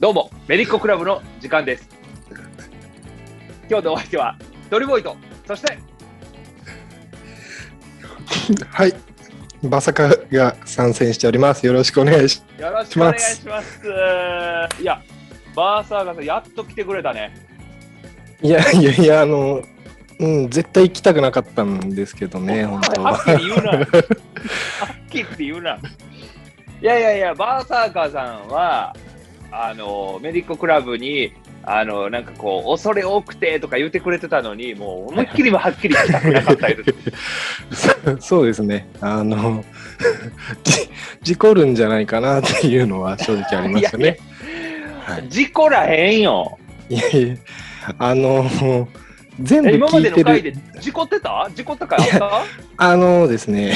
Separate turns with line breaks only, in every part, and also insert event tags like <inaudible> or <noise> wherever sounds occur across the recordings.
どうも、メリッコクラブの時間です。今日のお相手は、ドリボーイと、そして、
はい。バサカが参戦しております。よろしくお願いし
よろしくお願いします。いや、バーサーガーさん、やっと来てくれたね。
いやいやいや、あの、うん、絶対行きたくなかったんですけどね、本当
はっき
は。 <laughs>
り言うな。はっきり言うな。いやいやいや、バーサーカーさんは、あの、メリッコクラブに、あの、なんかこう、恐れ多くてとか言ってくれてたのに、もう思いっきりもはっきり来たくなかったです。
<laughs> そうですね。あの、 <laughs> じ事故るんじゃないかなっていうのは正直ありましたね。はい
事故らへんよ。
いやいや、あの、全部
今ま
聞
で
いて
の回
る。
で事故ってた事故った回あった
あのですね、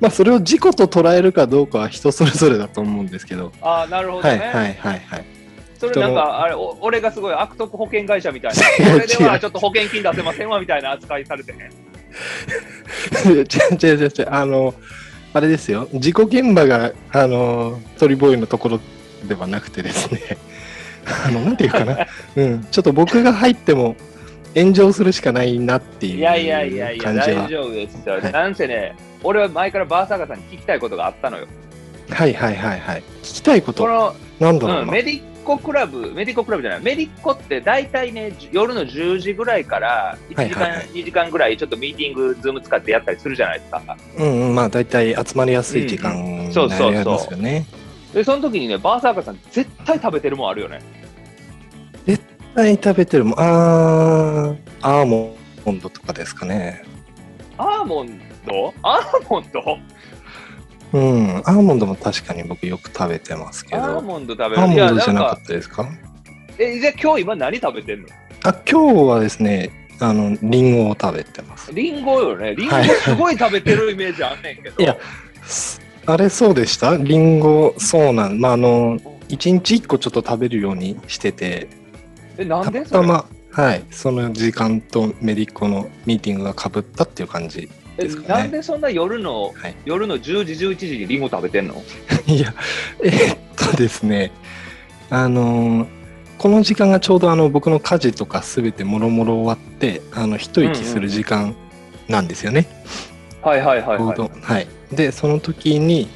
まあそれを事故と捉えるかどうかは人それぞれだと思うんですけど、
ああ、なるほど
は
ね。
いはいはいはい。
それなん
人
か、あれ、お俺がすごい悪徳保険会社みた
<laughs>
いな、
違う
これではちょっと保険金出せませんわみたいな扱いされてね。
<laughs> 違う違う違う違うあのあれですよ事故現場があの鳥ボーイのところではなくてですね <laughs> あのなんていうかな、うん、ちょっと僕が入っても炎上するしかないなってい
いやいやいやいうや、
感じ
大
は
丈夫ですよ。
はい
なんせね、俺は前からバーサーカーさんに聞きたいことがあったのよ。
はいはいはいはい聞きたいこ
ことの、
なんだろ
う、
うんな、
メディッコクラブ、メディッコクラブじゃない、メディッコって大体ね、じゅ夜の10時ぐらいから1時間、
はいはいはい
2時間ぐらい、ちょっとミーティング、ズーム使ってやったりするじゃないですか。
うんうんまあ大体集まりやすい時間
ん
に
そうそうそう
なりますよね
で、その時にね、バーサーカーさん、絶対食べてるもんあるよね。
はい食べてるもんあーアーモンドとかですかね
アーモンドアーモンド
うんアーモンドも確かに僕よく食べてますけど
アーモンド食べる。
アー
い
モ
や、
ンド
な
じゃ
ん
なか
か、
ったですか
え、じゃあ今日今何食べてんの
あ今日はですねあのリンゴを食べてます
リンゴよね。リンゴ
はい
すごい食べてるイメージあんねんけど。
いやすあれそうでしたリンゴそうなんまああの1日1個ちょっと食べるようにしてて
え、なん
た
で
ま
そ
た
れ
まはいその時間とメリッコのミーティングがかぶったっていう感じ
え
ですかね
なんでそんな夜の、
はい <laughs>
夜の10時、11時にリンゴ食べてんの
いやえっとですねあのこの時間がちょうどあの僕の家事とかすべてもろもろ終わってあの一息する時間なんですよね、
はいはいはい
ちょ
は
うど
い。
はい、でその時に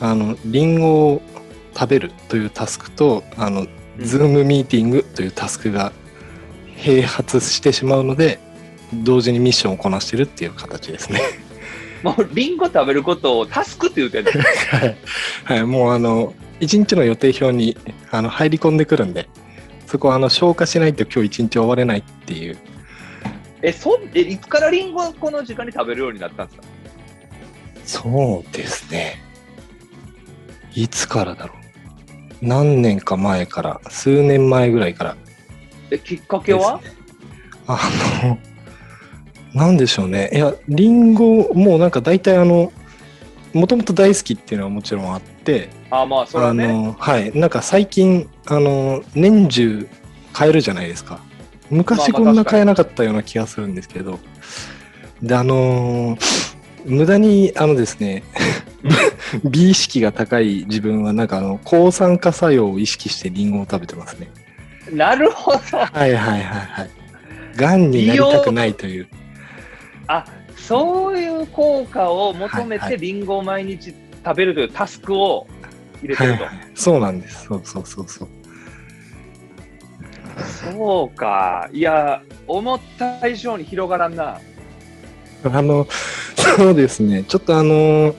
あのリンゴを食べるというタスクとあの、ズームミーティングというタスクが併発してしまうので同時にミッションをこなしてるっていう形ですね
もうリンゴ食べることをタスクって言うてんの。
<laughs> <laughs> はい、はい、もうあの一日の予定表にあの入り込んでくるんでそこはあの消化しないと今日一日終われないっていう
え、そんえ、いつからリンゴこの時間に食べるようになったんですか
そうですね。いつからだろう。何年か前から、数年前ぐらいから
え、きっかけは、
ですねあの、なんでしょうね。いや、リンゴ、もうなんか大体あの、もともと大好きっていうのはもちろんあって、
あ、まあ、それ
あ
はね。
の、はい、なんか最近、あの、年中買えるじゃないですか。昔
まあまあ
こんな
確かに
買えなかったような気がするんですけど。で、あのー無駄に、あので
<laughs>
すね、美意識が高い自分は、なんかあの、抗酸化作用を意識してリンゴを食べてますね。
なるほど。
はいはいはいはい。癌になりたくないという。
あそういう効果を求め
はい
て
は
リンゴを毎日食べるというタスクを入れて
はい
る
は
と、
い。そうなんです。そうそうそうそう。
そうかいや思った以上に広がらんな
あの、そうですね。ちょっとあの、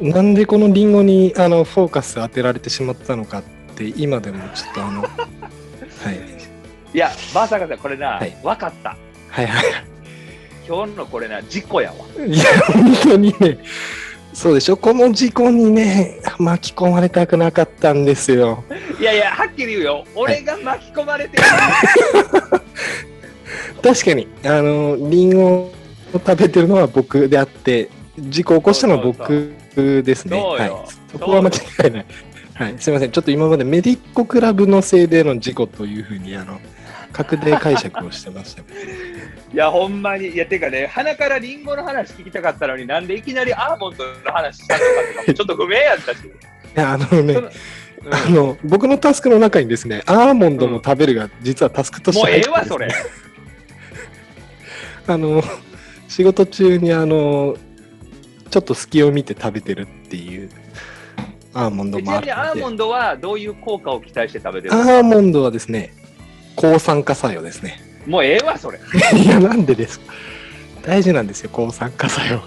なんでこのリンゴにあのフォーカス当てられてしまったのかって、今でもちょっとあの、はい、
いやまさかさんこれな、
はい
分かった
はいはい。
今日のこれな事故やわ
いや、本当にね、そうでしょ。この事故にね、巻き込まれたくなかったんですよ。
いやいやはっきり言うよ俺が巻き込まれてる、
確かに、あの、リンゴを食べてるのは僕であって、事故を起こしたのは僕ですね。
そうよ
はい。そこは間違いない。はい、すみません、ちょっと今までメディッコクラブのせいでの事故というふうにあの確定解釈をしてま
<laughs>
した、ね、
いやほんまにいやてかね鼻からリンゴの話聞きたかったの
<laughs>
になんでいきなりアーモンドの話したのかとかもちょっと不明やったし
いやあのね
その、
あの僕のタスクの中にですね、アーモンドの食べるが実はタスクとして
もう
入っ
え
て
え
るん
わ、
ですね
それ。
あの仕事中にあのちょっと隙を見て食べてるっていうアーモンド
ち
もあ
な
る
みにア
の
ー
で
モンドはどういう効果を期待して食べてる
アーモンドはですね抗酸化作用ですね
もうええわ、それ。
<laughs> いやなんでですか大事なんですよ抗酸化作用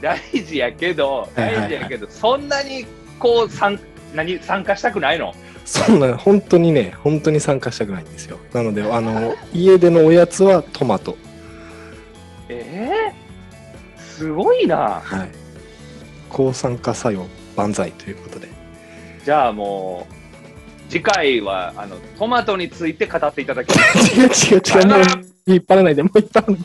大事やけど、
はいはいは
大
い
事やけど、そんなにこう、参何参加したくないの
そんな本当にね本当に参加したくないんですよなのであの家でのおやつはトマト
ええすごいな。
はい抗酸化作用万歳ということ <laughs> で
じゃあもう、次回はあのトマトについて語っていただきます。
<laughs> 違う違う違うもう引っ張らないでもう引っ張らない